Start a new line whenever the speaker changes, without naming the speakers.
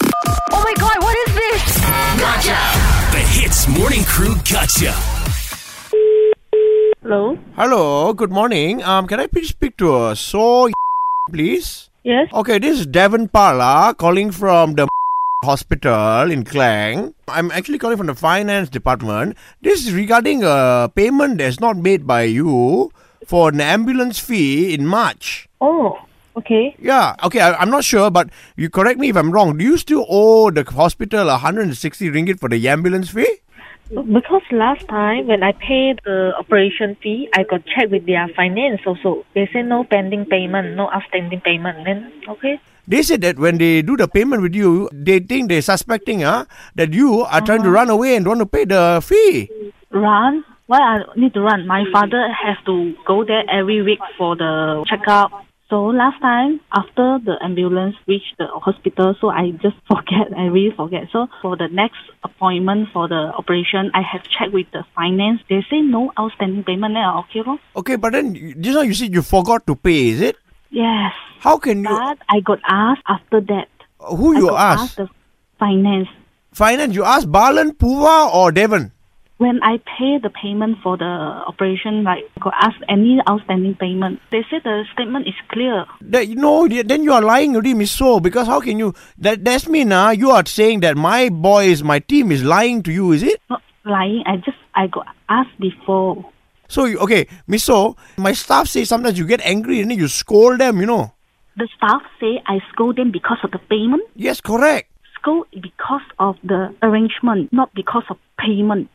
Oh my god, what is this?
The Hits Morning Crew Gotcha.
Hello.
Hello, good morning. Um, can I please speak to uh, So, please?
Yes.
Okay, this is Devon Pala calling from the hospital in Klang. I'm actually calling from the finance department. This is regarding a payment that's not made by you for an ambulance fee in March.
Oh. Okay.
Yeah, okay, I, I'm not sure, but you correct me if I'm wrong. Do you still owe the hospital 160 ringgit for the ambulance fee?
Because last time when I paid the operation fee, I got checked with their finance also. They say no pending payment, no outstanding payment. Then okay.
They said that when they do the payment with you, they think they're suspecting uh, that you are trying to run away and don't want to pay the fee.
Run. Why I need to run? My father has to go there every week for the checkup. So last time after the ambulance reached the hospital, so I just forget. I really forget. So for the next appointment for the operation, I have checked with the finance. They say no outstanding payment. Then I okay, lor.
Okay, but then you- just now you said you forgot to pay, is it?
Yes.
How can you?
But I got asked after that.
who you
I got
asked?
the finance.
Finance, you asked Balan, Puva, or Devon?
When I pay the payment for the operation, like I got asked any outstanding payment. They said the statement is clear.
That, no, the- then you are lying already, Miss So, because how can you? That That's me now. You are saying that my boys, my team is lying to you, is it?
Not lying. I just I got asked before.
So, you, okay, Miss So, my staff say sometimes you get angry and then you scold them, you know.
The staff say I scold them because of the payment.
Yes, correct.
Scold because of the arrangement, not because of payment.